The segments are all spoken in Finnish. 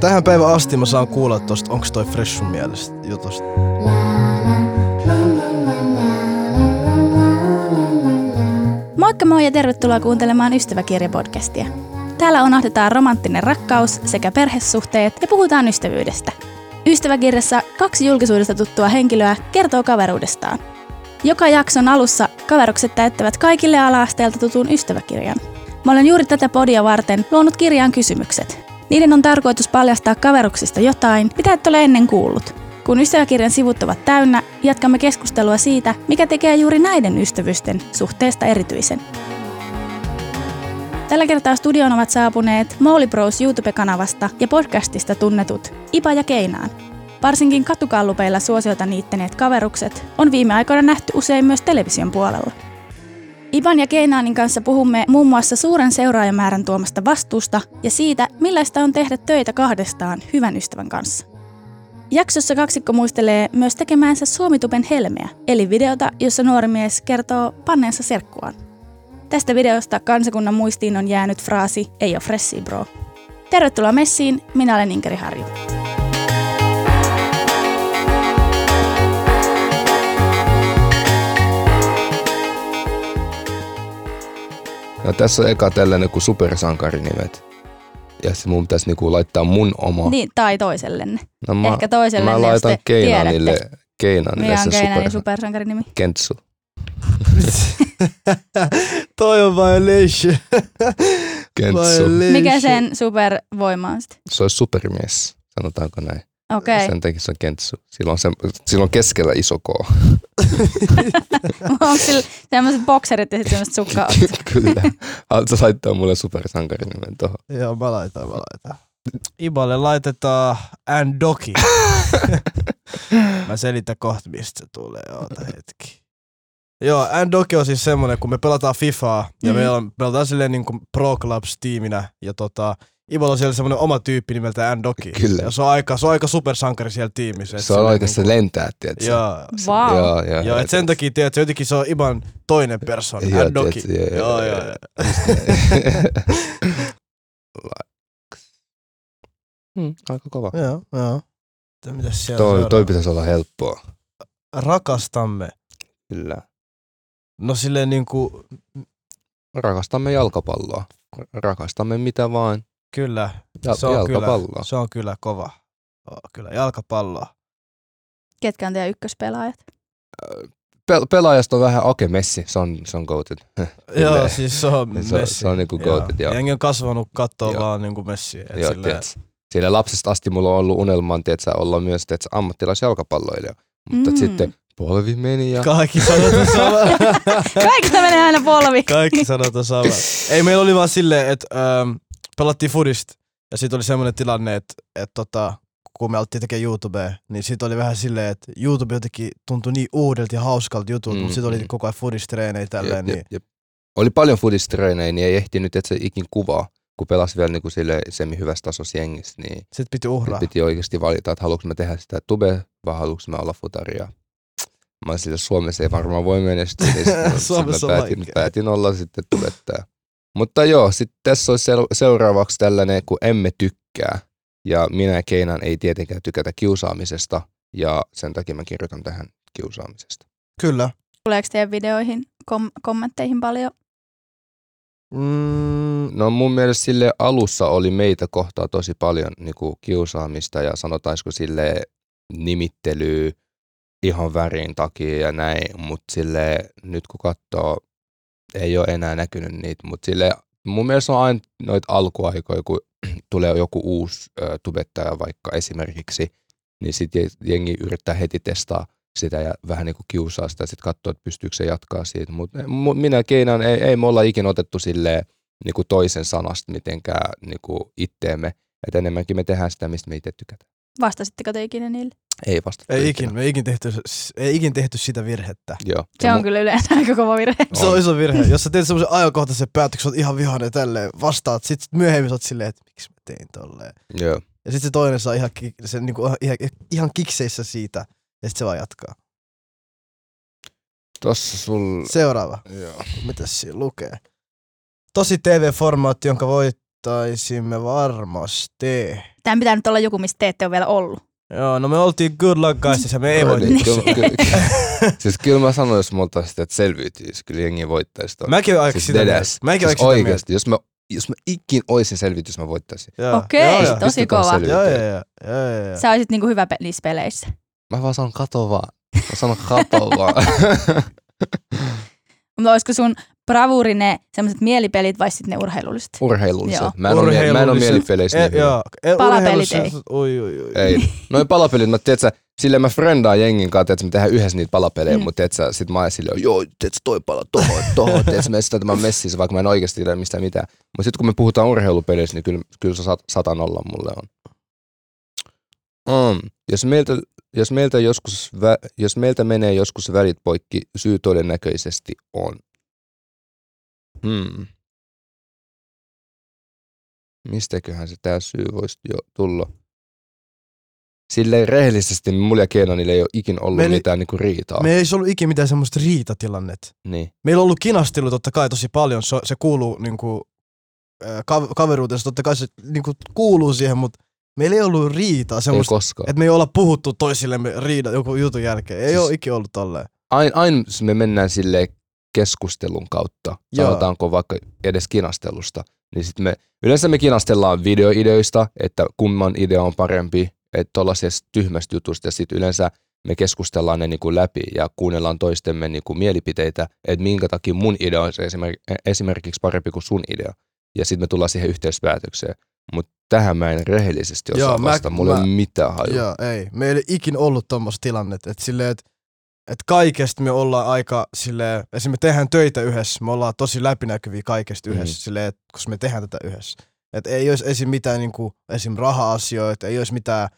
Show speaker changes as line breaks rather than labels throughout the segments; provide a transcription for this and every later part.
tähän päivään asti mä saan kuulla tosta, onks toi fresh sun mielestä jutusta.
Moikka moi ja tervetuloa kuuntelemaan Ystäväkirja-podcastia. Täällä unohdetaan romanttinen rakkaus sekä perhesuhteet ja puhutaan ystävyydestä. Ystäväkirjassa kaksi julkisuudesta tuttua henkilöä kertoo kaveruudestaan. Joka jakson alussa kaverukset täyttävät kaikille ala-asteelta tutun ystäväkirjan. Mä olen juuri tätä podia varten luonut kirjaan kysymykset. Niiden on tarkoitus paljastaa kaveruksista jotain, mitä et ole ennen kuullut. Kun ystäväkirjan sivut ovat täynnä, jatkamme keskustelua siitä, mikä tekee juuri näiden ystävysten suhteesta erityisen. Tällä kertaa studioon ovat saapuneet Mouli Bros YouTube-kanavasta ja podcastista tunnetut Ipa ja Keinaan. Varsinkin katukallupeilla suosiota niittäneet kaverukset on viime aikoina nähty usein myös television puolella. Ivan ja Keinaanin kanssa puhumme muun muassa suuren seuraajamäärän tuomasta vastuusta ja siitä, millaista on tehdä töitä kahdestaan hyvän ystävän kanssa. Jaksossa kaksikko muistelee myös tekemäänsä Suomitupen helmeä, eli videota, jossa nuori mies kertoo panneensa serkkuaan. Tästä videosta kansakunnan muistiin on jäänyt fraasi Ei ole fressi bro. Tervetuloa messiin, minä olen Inkeri Harju.
No tässä on eka tällainen kuin supersankarinimet. Ja se mun pitäisi niinku laittaa mun oma.
Niin, tai toisellenne.
no mä,
Ehkä toisellenne,
mä
jos
laitan
te
Keinanille,
tiedätte.
Keinanille
Mikä
se
on Keinanin
super,
supersankarinimi?
Kentsu.
toi on violation.
Kentsu.
violation.
Mikä sen supervoima on sitten?
Se olisi supermies, sanotaanko näin.
Okei,
Sen takia se on Kentsu. Silloin, se, silloin keskellä iso K.
onko sillä sellaiset bokserit ja sitten sellaiset sukka
Kyllä. Haluatko laittaa mulle supersankarimen tuohon?
Joo, mä laitan, mä laitan. Iballe laitetaan Andoki. mä selitän kohta, mistä se tulee. Oota hetki. Joo, Andoki on siis semmonen, kun me pelataan Fifaa, ja
Mm.
mm. meillä on, pelataan silleen niin kuin Pro Clubs-tiiminä, ja tota, Ibolla on siellä semmonen oma tyyppi nimeltä Andoki.
Kyllä.
Ja se on aika, se on aika supersankari siellä tiimissä. et
Se on
on
oikeasti
niinku-
lentää, tiedätkö?
Joo,
Vau. Wow.
Joo, joo.
Joo, et sen takia, tiedätkö, jotenkin se on Iban toinen persoona,
Joo,
Andoki.
tiedätkö,
Joo,
joo,
joo,
joo,
joo.
Hmm, aika kova.
Joo, joo. Mitä- Mitäs siellä
Toi,
seuraava?
toi pitäisi olla helppoa.
Rakastamme.
Kyllä.
No silleen niinku,
Rakastamme jalkapalloa. Rakastamme mitä vaan.
kyllä.
Ja,
se, on kyllä
jalkapalloa.
se on kyllä kova. Joo, kyllä, jalkapalloa.
Ketkä on teidän ykköspelaajat?
Pel- pelaajasta on vähän Ake Messi, se on, se on goated.
Joo,
Kyllä.
siis se on
Se on-
Messi.
se on niinku goated, joo.
Jengi on kasvanut kattoo
Joo.
vaan niinku Messi. Et
Joo,
silleen,
tiedätkö. Siellä lapsesta asti mulla on ollut unelma, että olla myös tiedätkö, ammattilaisjalkapalloilija. Mutta
Mm.
mm. sitten polvi meni ja...
kaikki sanotaan sama.
Kaikista menee aina polvi.
kaikki sanotaan sama. Ei, meillä oli vaan silleen, että ähm, pelattiin fudista. Ja sitten oli semmoinen tilanne, että et, tota, kun me alettiin tekemään YouTubea, niin siitä oli vähän silleen, että YouTube jotenkin tuntui niin uudelta ja hauskalta jutulta, mm,
Mm,
mutta sitten oli
mm.
koko ajan fudistreenejä tälleen, niin
jep. Oli paljon fudistreenejä, niin ei ehtinyt että se ikin kuvaa, kun pelasi vielä niin kuin sille semi hyvässä tasossa jengissä, niin
sit piti
Nyt
uhraa.
piti oikeasti valita, että haluanko mä tehdä sitä tube vai haluanko mä olla futaria. Mä olin sillä, Suomessa ei varmaan voi menestyä. Niin sit mä- sit
Suomessa on
mä päätin,
vaikea.
päätin olla sitten tubettaja. Mutta joo, sitten tässä olisi sel- seuraavaksi tällainen, kun emme tykkää. Ja minä ja Keinan ei tietenkään tykätä kiusaamisesta. Ja sen takia mä kirjoitan tähän kiusaamisesta.
Kyllä.
Tuleeko teidän videoihin, kom- kommentteihin paljon?
Mm, no mun mielestä sille alussa oli meitä kohtaa tosi paljon niin kuin kiusaamista ja sanotaanko sille nimittelyä ihan värin takia ja näin, mutta sille nyt kun katsoo, ei ole enää näkynyt niitä, mutta sille mun mielestä on aina noita alkuaikoja, kun tulee joku uusi ö, tubettaja vaikka esimerkiksi, niin sitten jengi yrittää heti testaa sitä ja vähän niin kuin kiusaa sitä ja sitten katsoa, että pystyykö se jatkaa siitä. Mutta minä keinaan, ei, ei me olla ikinä otettu silleen, niin kuin toisen sanasta mitenkään niin kuin itteemme. Että enemmänkin me tehdään sitä, mistä me itse tykätään.
Vastasitteko te ikinä niille?
Ei vasta.
Ei ikin, me ei ikin, tehty, s- ei ikin tehty sitä virhettä.
Joo.
Se
Ja
on kyllä yleensä aika kova virhe.
Se on iso virhe. Jos sä teet semmoisen ajankohtaisen päätöksen, oot ihan vihainen ja tälleen, vastaat, sit myöhemmin sä oot silleen, että miksi mä tein tolleen.
Joo.
Ja sit se toinen saa ihan, ki- se, niinku, ihan, ihan kikseissä siitä, ja sit se vaan jatkaa.
Tossa sul...
Seuraava.
Joo.
Mitäs siinä lukee? Tosi TV-formaatti, jonka voi taisimme varmasti.
Tämän pitää nyt olla joku, missä te ette ole vielä ollut.
Joo, no me oltiin good luck guysissa, ja me ei niinku- voitu.
Niin, kyllä- kyllä- kyllä- Siis kyllä mä sanoin, jos me oltais sitä, että selviytyis, kyllä jengi voittaisi toi.
Mäkin olen aika
siis
sitä mieltä.
dedes.
Mäkin
siis
olen sitä mieltä.
oikeesti, jos mä, jos mä ikin oisin selvitys, mä voittaisin.
Joo.
Okei,
Joo, joo.
tosi
Pystytään
kova.
Joo,
selviytymään.
joo, joo. joo, joo, joo.
Sä olisit niinku hyvä pe- niissä peleissä.
Mä vaan sanon kato vaan. Mä sanon kato vaan.
Mutta olisiko sun bravuri ne semmoiset mielipelit vai sitten ne urheilulliset? Joo.
Urheilulliset. Mä en, oo mie- mä en oo
Urheilulliset.
mielipeleissä.
E,
niin hyvä.
joo. E,
Palapelit
urheilussa-
ei.
Oi, oi, oi.
Ei. Noin palapelit, mä tiedät sä, silleen mä frendaan jengin kanssa, että me tehdään yhdessä niitä palapelejä,
Mm.
mm. mutta tiedät sä, sit mä oon silleen, joo, tiedät sä, toi pala tohon, tohon, tiedät sä, me etsitään tämän messissä, vaikka mä en oikeasti tiedä mistään mitään. Mutta sit kun me puhutaan urheilupeleistä, niin kyllä, kyllä se sat, sata nolla mulle on. Mm. Jos, meiltä, jos, meiltä joskus vä, jos meiltä menee joskus välit poikki, syy todennäköisesti on. Hmm. Mistäköhän se tää syy voisi jo tulla? Silleen rehellisesti niin mulla ja Keenanilla ei ole ikin ollut
Meillä-
Meillä... mitään niinku riitaa. Me...
Me ei se ollut ikinä mitään semmoista riitatilannet.
Niin.
Meillä on ollut kinastelu totta kai tosi paljon, se, se kuuluu niinku, ö, ka- kaveruuteen, se totta kai se niinku, kuuluu siihen, mutta meillä ei ollut riitaa
Ei
semmoista,
koskaan. Et...
että me ei olla puhuttu toisillemme riida joku jutun jälkeen. Ei
Siis-
siis... ole ikinä ollut tolleen.
Aina, aina jos siis me mennään sille keskustelun kautta,
Joo.
Joo. sanotaanko vaikka edes kinastelusta, niin sit me, yleensä me kinastellaan videoideoista, että kumman idea on parempi, että tollaisesta tyhmästä jutusta, ja sitten yleensä me keskustellaan ne niinku läpi ja kuunnellaan toistemme niinku mielipiteitä, että minkä takia mun idea on se esimerk- esimerkiksi parempi kuin sun idea. Ja sitten me tullaan siihen yhteispäätökseen. Mutta tähän mä en rehellisesti osaa
Joo,
Joo,
mä-
vastata. Mulla ei
mä-
ole mitään hajua.
Joo, ei. Meillä ei ole ikinä ollut tommoista tilannetta, että silleen, että et kaikesta me ollaan aika silleen, esim. me tehdään töitä yhdessä, me ollaan tosi läpinäkyviä kaikesta
Mhm.
yhdessä, mm. silleen, että kun me tehdään tätä yhdessä. Et ei olisi esim. mitään niinku, esim. raha-asioita, ei olisi mitään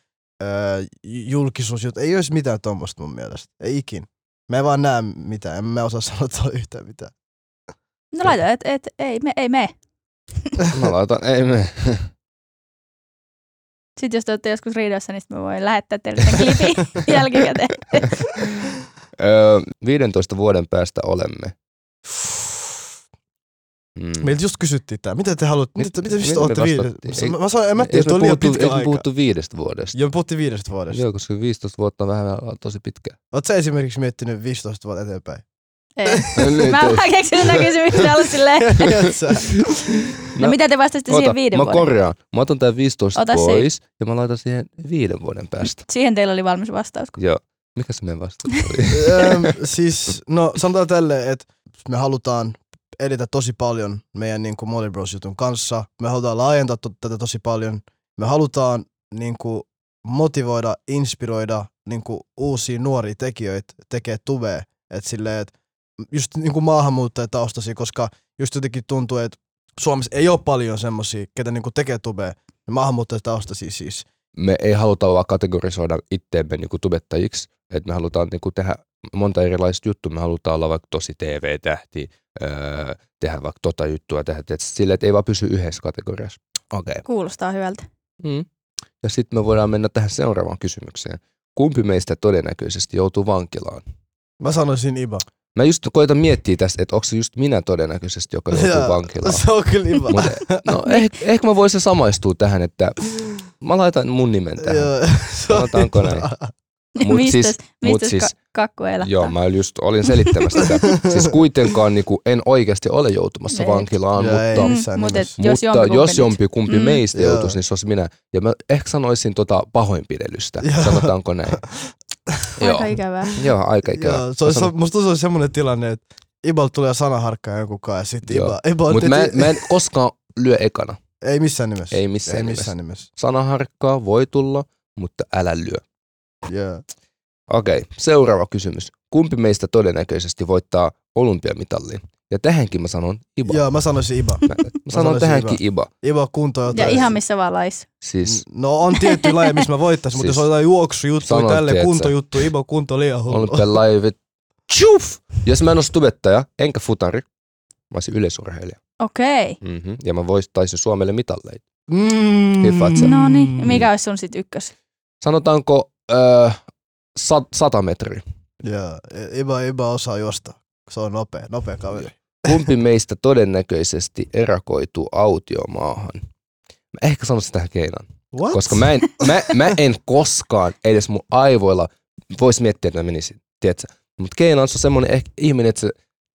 öö, julkisuusjuttuja, ei olisi mitään tommoista mun mielestä, ei ikin. Mä en vaan näe mitään, en mä osaa sanoa tuolla yhtään mitään.
No laita, et, et, ei, me, ei me.
Mä laitan, ei me.
Sitten jos te olette joskus riidoissa, niin sit mä voin lähettää teille tämän klipin jälkikäteen.
Öö, 15 vuoden päästä olemme. Mm.
Meiltä just kysyttiin tää, mitä te haluatte,
Mit-
mitä, mitä,
mitä
mistä
me
ootte viides?
vastattiin?
Mä,
Ei-
mä, sanoin, en mä tiedä,
Eikö
toi
me
oli liian
puhuttu,
pitkä
eikö me
aika.
puhuttu viidestä vuodesta?
Joo, me puhuttiin viidestä vuodesta.
Joo, koska 15 vuotta on vähän vähän tosi pitkä.
Oletko sä esimerkiksi miettinyt 15 vuotta eteenpäin?
Ei.
Niin,
Mä en
toi-
vaan keksinyt nää kysymyksiä ollut silleen. No,
No,
mitä te vastasitte siihen viiden
mä
vuoden?
korjaan. Mä otan tää 15
Ota se.
pois ja mä laitan siihen viiden vuoden päästä.
Siihen teillä oli valmis vastaus.
Joo. Mikä se meidän vastaus oli?
Öm, siis, no sanotaan tälle, että me halutaan edetä tosi paljon meidän niin kuin Molly Bros jutun kanssa. Me halutaan laajentaa to- tätä tosi paljon. Me halutaan niin kuin, motivoida, inspiroida niin kuin, uusia nuoria tekijöitä tekee tubea. Et silleen, et just niin kuin maahanmuuttajataustaisia, koska just jotenkin tuntuu, että Suomessa ei ole paljon semmoisia, ketä niin kuin, tekee tubea. Maahanmuuttajataustaisia siis.
me ei haluta vaan kategorisoida itteemme niinku tubettajiksi, että me halutaan niinku tehdä monta erilaista juttua, me halutaan olla vaikka tosi TV-tähti, öö, tehdä vaikka tota juttua, tehdä et sille, että ei vaan pysy yhdessä kategoriassa. Okei. Okay.
Kuulostaa hyvältä.
Mm. Ja sitten me voidaan mennä tähän seuraavaan kysymykseen. Kumpi meistä todennäköisesti joutuu vankilaan?
Mä sanoisin Iba.
Mä just koitan miettiä tässä, että onko se just minä todennäköisesti, joka joutuu
Joo,
vankilaan.
Se on kyllä Iba.
Mut, no ehkä, ehkä mä voisin samaistua tähän, että mä laitan mun nimen tähän.
Joo, se on
Sanotaanko
Iba.
näin? Mut
Mistä,
siis-
mistä
mut
siis,
siis-
ka- kakku elättää?
Joo, mä just olin selittämässä sitä. Siis kuitenkaan niin kuin, en oikeasti ole joutumassa
Et.
vankilaan,
Joo, ei.
mutta,
Mm,
mutta
missään
mut
nimessä.
jos jompikumpi nyt.
jos jompi kumpi
Mm.
mm. meistä
Joo.
joutuisi, niin se olisi minä. Ja mä ehkä sanoisin tota pahoinpidelystä,
Joo.
sanotaanko näin.
Aika
Joo.
ikävää.
Joo, aika ikävä.
Joo, se olisi, musta se olisi semmoinen tilanne, että Ibal tulee sanaharkka joku kukaan ja sitten
Joo.
Iba, Iba on
Mutta mä, en-
tehty-
mä en koskaan lyö ekana.
ei missään nimessä.
Ei missään,
ei
nimessä.
missään nimessä.
Sanaharkkaa voi tulla, mutta älä lyö.
Joo.
Okei, seuraava kysymys. Kumpi meistä todennäköisesti voittaa olympiamitalin? Ja tähänkin mä sanon Iba.
Joo, mä sanoisin Iba.
Mä, mä sanon
sanoisin
tähänkin Iba.
Iba kunto
Ja
jotain.
ihan missä vaan lais.
Siis
No on tietty laji, missä mä voittaisin, mutta
Siis-
jos otetaan juoksujuttu,
Sanon,
tälle
tiedät sä.
kuntojuttu, Iba kunto on liian hullu.
Olympialaivet. Tjuf! Jos mä en olisi tubettaja, enkä futari, mä olisin yleisurheilija.
Okei.
Mm-hmm. Ja mä voittaisin Suomelle mitalleita.
Mm.
Hiffat sä.
No niin, mikä olisi sun sit ykkös?
Sanotaanko öö, sa- sata metriä?
Joo, Iba, Iba osaa josta. Se on nopea, nopea kaveri.
Kumpi meistä todennäköisesti erakoituu autiomaahan? Mä ehkä sanoisin tähän keinan.
What?
Koska mä en, mä, mä en koskaan edes mun aivoilla voisi miettiä, että mä menisin, tiedätkö? Mutta Keino on se semmoinen ehkä ihminen, että se,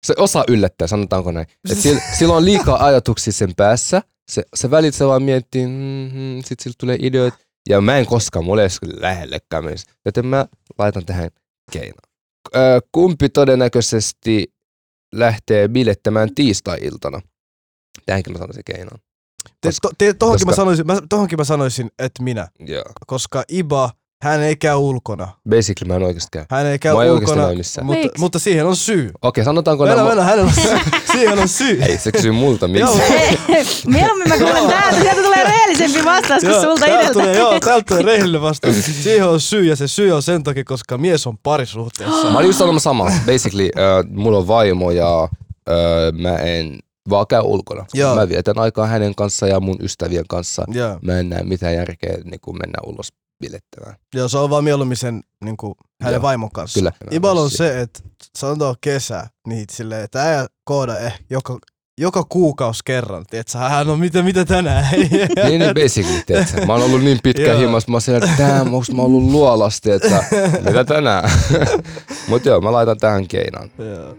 se osaa yllättää, sanotaanko näin. Et sillä, sillä on liikaa ajatuksia sen päässä, se, se välitsee vaan miettii, mm-hmm, sit sillä tulee ideoita. Ja mä en koskaan, mulla ei edes lähellekään menisi. Joten mä laitan tähän Keinaan. Öö, kumpi todennäköisesti lähtee bilettämään tiistai-iltana? Tähänkin mä sanoisin Keinaan.
Te, to, te, tohonkin, mä
koska-
sanoisin, mä, tohonkin mä sanoisin, että minä.
Joo.
Koska Iba, hän ei käy ulkona.
Basically mä en oikeasti käy.
Hän ei käy
Mä en oikeasti
ulkona,
näy missään.
mutta,
Miksi?
mutta siihen on syy.
Okei, sanotaanko
Mennä,
nämä-
mennä, hänellä on, siihen on syy.
Ei se kysy multa
Joo.
miksi.
Ei, Mieluummin mä kuulen täältä, sieltä tulee rehellisempi vastaus kuin
Joo,
sulta
täältä
itseltä.
Tulee, joo, täältä tulee rehellinen vastaus. Siihen on syy ja se syy on sen takia, koska mies on parisuhteessa.
Mä olin just sanomassa samaa. Basically, äh, mulla on vaimo ja äh, mä en vaan käy ulkona.
Joo.
Mä vietän aikaa hänen kanssaan ja mun ystävien kanssa.
Joo,
Mä en näe mitään järkeä niin kun mennä ulos bilettämään.
joo, se on vaan mieluummin sen niin kuin, hänen
Joo,
vaimon kanssa.
Kyllä.
Ibal on Niin se, että sanotaan kesä, niin silleen, että äijä kooda eh, joka, joka kuukaus kerran, tietsä, hän on mitä, mitä tänään.
Niin, niin basically, tiedätkö? Mä oon ollut niin pitkä
Joo.
himas, mä oon siellä, että damn, onks mä ollut luolasti, että mitä tänään? Mut joo, mä laitan tähän keinaan.
Joo.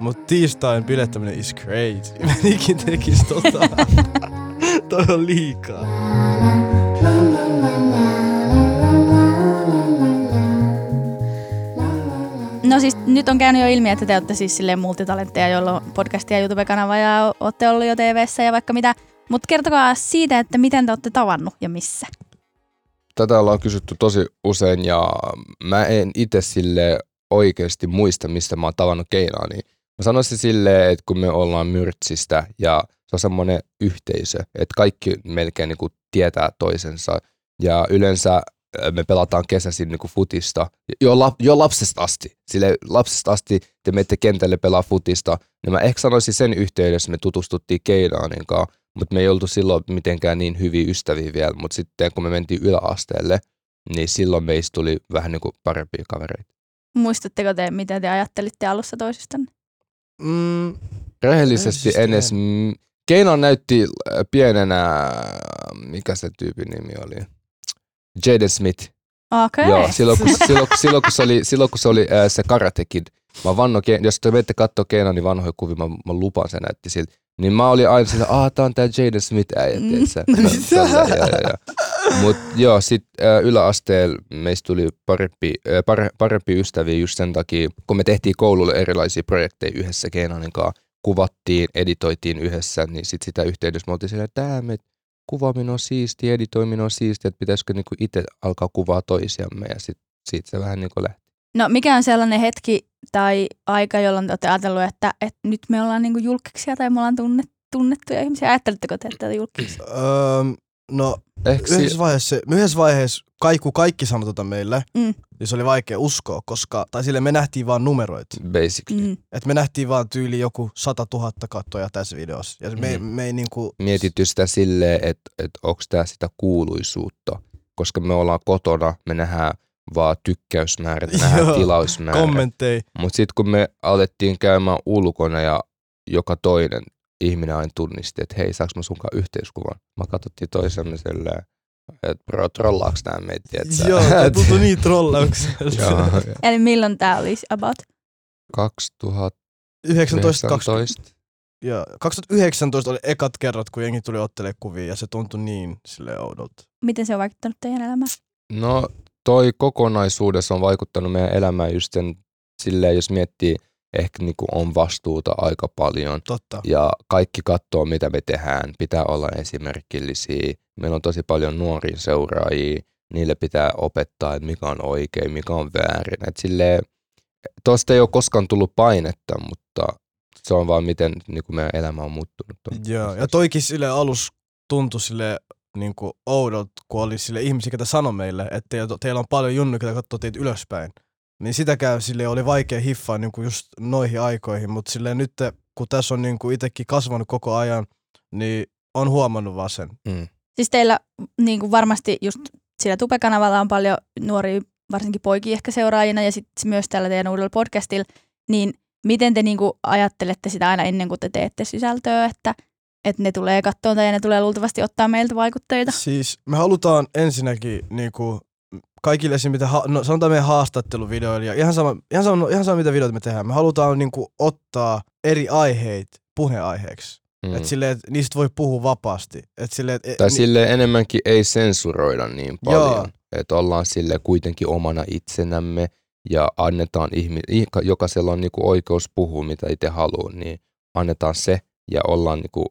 Mut tiistain bilettäminen is crazy. Mä niinkin tekis tota. Toi on liikaa.
No siis nyt on käynyt jo ilmi, että te olette siis silleen multitalentteja, joilla on podcastia, YouTube-kanava ja olette ollut jo tv ja vaikka mitä. Mutta kertokaa siitä, että miten te olette tavannut ja missä.
Tätä ollaan kysytty tosi usein ja mä en itse sille oikeasti muista, mistä mä oon tavannut Keinaa. Niin mä sanoisin silleen, että kun me ollaan Myrtsistä ja se on semmoinen yhteisö, että kaikki melkein niin tietää toisensa. Ja yleensä äh, me pelataan kesäisin niin futista jo, la, jo lapsesta asti. Sille lapsesta asti te menette kentälle pelaa futista. Ja mä ehkä sanoisin sen yhteydessä, me tutustuttiin Keinaanin kanssa mutta me ei oltu silloin mitenkään niin hyviä ystäviä vielä, mutta sitten kun me mentiin yläasteelle, niin silloin meistä tuli vähän niin kuin parempia kavereita.
Muistatteko te, mitä te ajattelitte alussa toisistanne?
Mm,
Rehellisesti en edes... m- Keino näytti äh, pienenä, äh, mikä se tyypin nimi oli? Jaden Smith.
Okei.
Joo, silloin kun, silloin, kun- silloin, kun se oli, silloin kun se oli äh, se Karate Kid. Mä vanno, Ke- jos te menette katsoa Keinan niin vanhoja kuvia, mä, mä lupaan, se näytti siltä. Niin mä olin aina sillä, aah, tää on tää Jaden Smith äijä,
Mm.
tiedätkö? Tällä, joo, joo, joo. Mut joo, sit äh, yläasteella meistä tuli parempi, äh, pare, parempi ystäviä just sen takia, kun me tehtiin koululle erilaisia projekteja yhdessä Keenanin kanssa, kuvattiin, editoitiin yhdessä, niin sit sitä yhteydessä me oltiin sillä, että tää me kuvaaminen on siistiä, editoiminen on siistiä, että pitäisikö niinku itse alkaa kuvaa toisiamme ja sit, siitä se vähän niinku lähti.
No mikä on sellainen hetki tai aika, jolloin te olette ajatellut, että, että nyt me ollaan niinku julkisia tai me ollaan tunne, tunnettuja ihmisiä? Ajattelitteko te, että julkisia?
öö, no,
Ehkä si-
yhdessä vaiheessa, yhdessä vaiheessa kaikku kaikki sanoi tota meille,
Mm.
niin se oli vaikea uskoa, koska, tai sille me nähtiin vaan numeroita.
basically.
Mm.
Et me nähtiin vaan tyyli joku 100 000 kattoja tässä videossa. Ja me,
Mm.
me ei niinku...
mietitty sitä silleen, että et onko tämä sitä kuuluisuutta, koska me ollaan kotona, me nähdään vaan tykkäysmäärät, me nähdään
Joo,
tilausmäärät.
kommentteja.
Mutta sitten kun me alettiin käymään ulkona ja joka toinen ihminen aina tunnisti, että hei, saaks mä sunkaan yhteiskuvan? Mä katsottiin toisemme silleen, että bro, trollaaks nää meitä, tietsä?
Joo, tää tuntui niin trollaukselta.
Joo,
Eli milloin tämä olisi about?
2019.
19, 20, joo. 2019 oli ekat kerrat, kun jengi tuli ottelee kuvia ja se tuntui niin sille oudolta.
Miten se on vaikuttanut teidän elämään?
No toi kokonaisuudessa on vaikuttanut meidän elämään just sen, silleen, jos miettii, ehkä niinku on vastuuta aika paljon
Totta.
ja kaikki katsoo, mitä me tehdään. Pitää olla esimerkillisiä. Meillä on tosi paljon nuoria seuraajia. Niille pitää opettaa, että mikä on oikein, mikä on väärin. Et silleen, tosta ei ole koskaan tullut painetta, mutta se on vaan miten niin kuin meidän elämä on muuttunut. ton
Joo, ja
lisäksi.
toikin sille alus tuntui sille niin kuin oudolta, kun oli sille ihmisiä, ketä sanoi meille, että teillä, teillä on paljon junnu, ketä katsoo teitä ylöspäin. Niin sitäkään sille oli vaikea hiffaa niin kuin just noihin aikoihin, mutta sille nyt kun tässä on niin kuin itsekin kasvanut koko ajan, niin on huomannut vaan sen.
Mm.
Siis teillä niin kuin varmasti just sillä Tupe-kanavalla on paljon nuoria, varsinkin poikia ehkä seuraajina ja sitten myös tällä teidän uudella podcastilla, niin miten te niin kuin ajattelette sitä aina ennen kuin te teette sisältöä, että, että ne tulee kattoon tai ne tulee luultavasti ottaa meiltä vaikutteita.
Siis me halutaan ensinnäkin niinku, kaikille esim. mitä, ha- no, sanotaan meidän haastatteluvideoilla ja ihan sama, ihan sama, ihan sama mitä videoita me tehdään. Me halutaan niinku, ottaa eri aiheet puheaiheeksi.
Mm.
Mm. Että silleen, et niistä voi puhua vapaasti. Et silleen, et,
Tai
ni-
sille enemmänkin ei sensuroida niin
Niin. Joo.
paljon. Että ollaan sille kuitenkin omana itsenämme ja annetaan ihmi- ihka- jokaisella on niinku oikeus puhua mitä itse haluaa, niin annetaan se ja ollaan niinku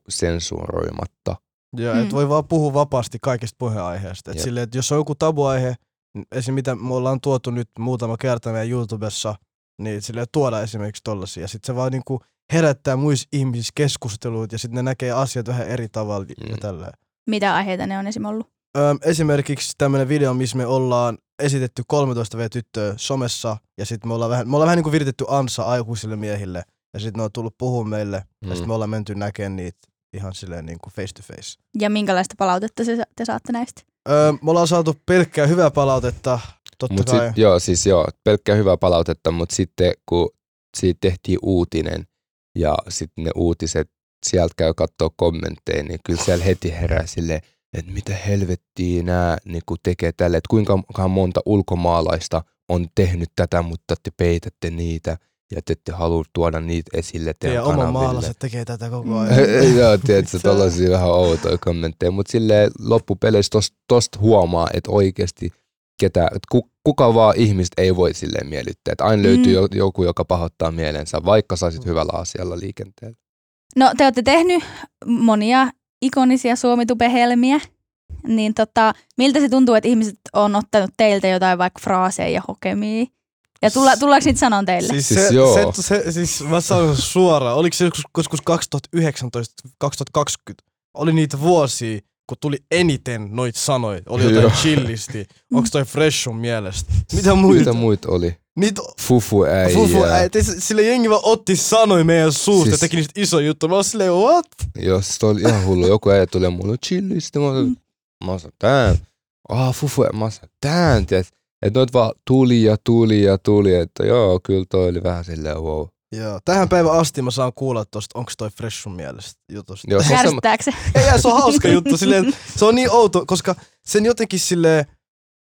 sensuroimatta.
Joo, mm.
Mm.
et voi vaan puhua vapaasti kaikista puheenaiheista. Et
Jep.
silleen, et jos on joku tabuaihe, n- esim. mitä me ollaan tuotu nyt muutama kerta meidän YouTubessa, niin sille tuoda esimerkiksi tollasia. Ja sitten se vaan niinku herättää muissa ihmisissä keskusteluita ja sitten ne näkee asiat vähän eri tavalla ja
Mm.
tälleen.
Mitä aiheita ne on esim. ollut?
Öm, esimerkiksi tämmönen video, missä me ollaan esitetty 13V-tyttöä somessa ja sitten me ollaan vähän, me ollaan vähän niinku viritetty ansa aikuisille miehille. Ja sitten ne on tullut puhumaan meille mm. ja sitten me ollaan menty näkemään niitä ihan silleen niinku face to face.
Ja minkälaista palautetta se, te saatte näistä?
Öö, me ollaan saatu pelkkää hyvää palautetta, totta
Mut
Mut kai.
sit, joo, siis joo, pelkkää hyvää palautetta, mutta sitten kun siitä tehtiin uutinen ja sitten ne uutiset, sieltä käy katsoa kommentteja, niin kyllä siellä heti herää sille, että mitä helvettiä nämä niinku tekee tälle, että kuinka kuinkahan monta ulkomaalaista on tehnyt tätä, mutta te peitätte niitä ja te ette halua tuoda niitä esille teidän
ja oma
kanaville.
maalaiset tekee tätä koko
Mm.
ajan.
Joo, tiedätkö,
Se-
tollaisia vähän outoja kommentteja, mutta silleen loppupeleissä tosta, tosta huomaa, että oikeasti ketä, että ku, kuka vaan ihmistä ei voi silleen miellyttää. Että aina löytyy
Mm.
jo- joku, joka pahoittaa mielensä, vaikka
Mm.
saisit hyvällä asialla liikenteellä.
No te olette tehnyt monia ikonisia suomitupehelmiä, niin tota, miltä se tuntuu, että ihmiset on ottanut teiltä jotain vaikka fraaseja ja hokemia? Ja tulla, tullaanko niitä sanon teille?
Siis,
Siis
se,
joo.
se, se, siis mä sanon suoraan, oliko se joskus, joskus 2019, 2020, oli niitä vuosia, kun tuli eniten noit sanoja, oli jotain
Joo.
chillisti, onko toi fresh sun mielestä? Mitä muita?
Mitä muita oli?
Niitä
Fufu äijä.
Fufu, äiti, sille jengi vaan otti sanoja meidän suusta siis... ja
Siis-
teki niistä iso juttu. Mä oon silleen, what?
Joo, siis toi oli ihan hullu. Joku äijä tulee mulle chillistä. Mä,
Mm.
mm. mä sanoin, tään. Ah, fufu, äijä." mä sanoin, tään. Että noit vaan tuli ja tuli ja tuli. Että joo, kyllä toi oli vähän silleen wow.
Joo, tähän päivään asti mä saan kuulla tosta, onko toi fresh sun mielestä jutusta.
Joo, se on semmo-
Kärsittääkö se?
Ei, se on hauska juttu. Silleen, se on niin outo, koska sen jotenkin silleen,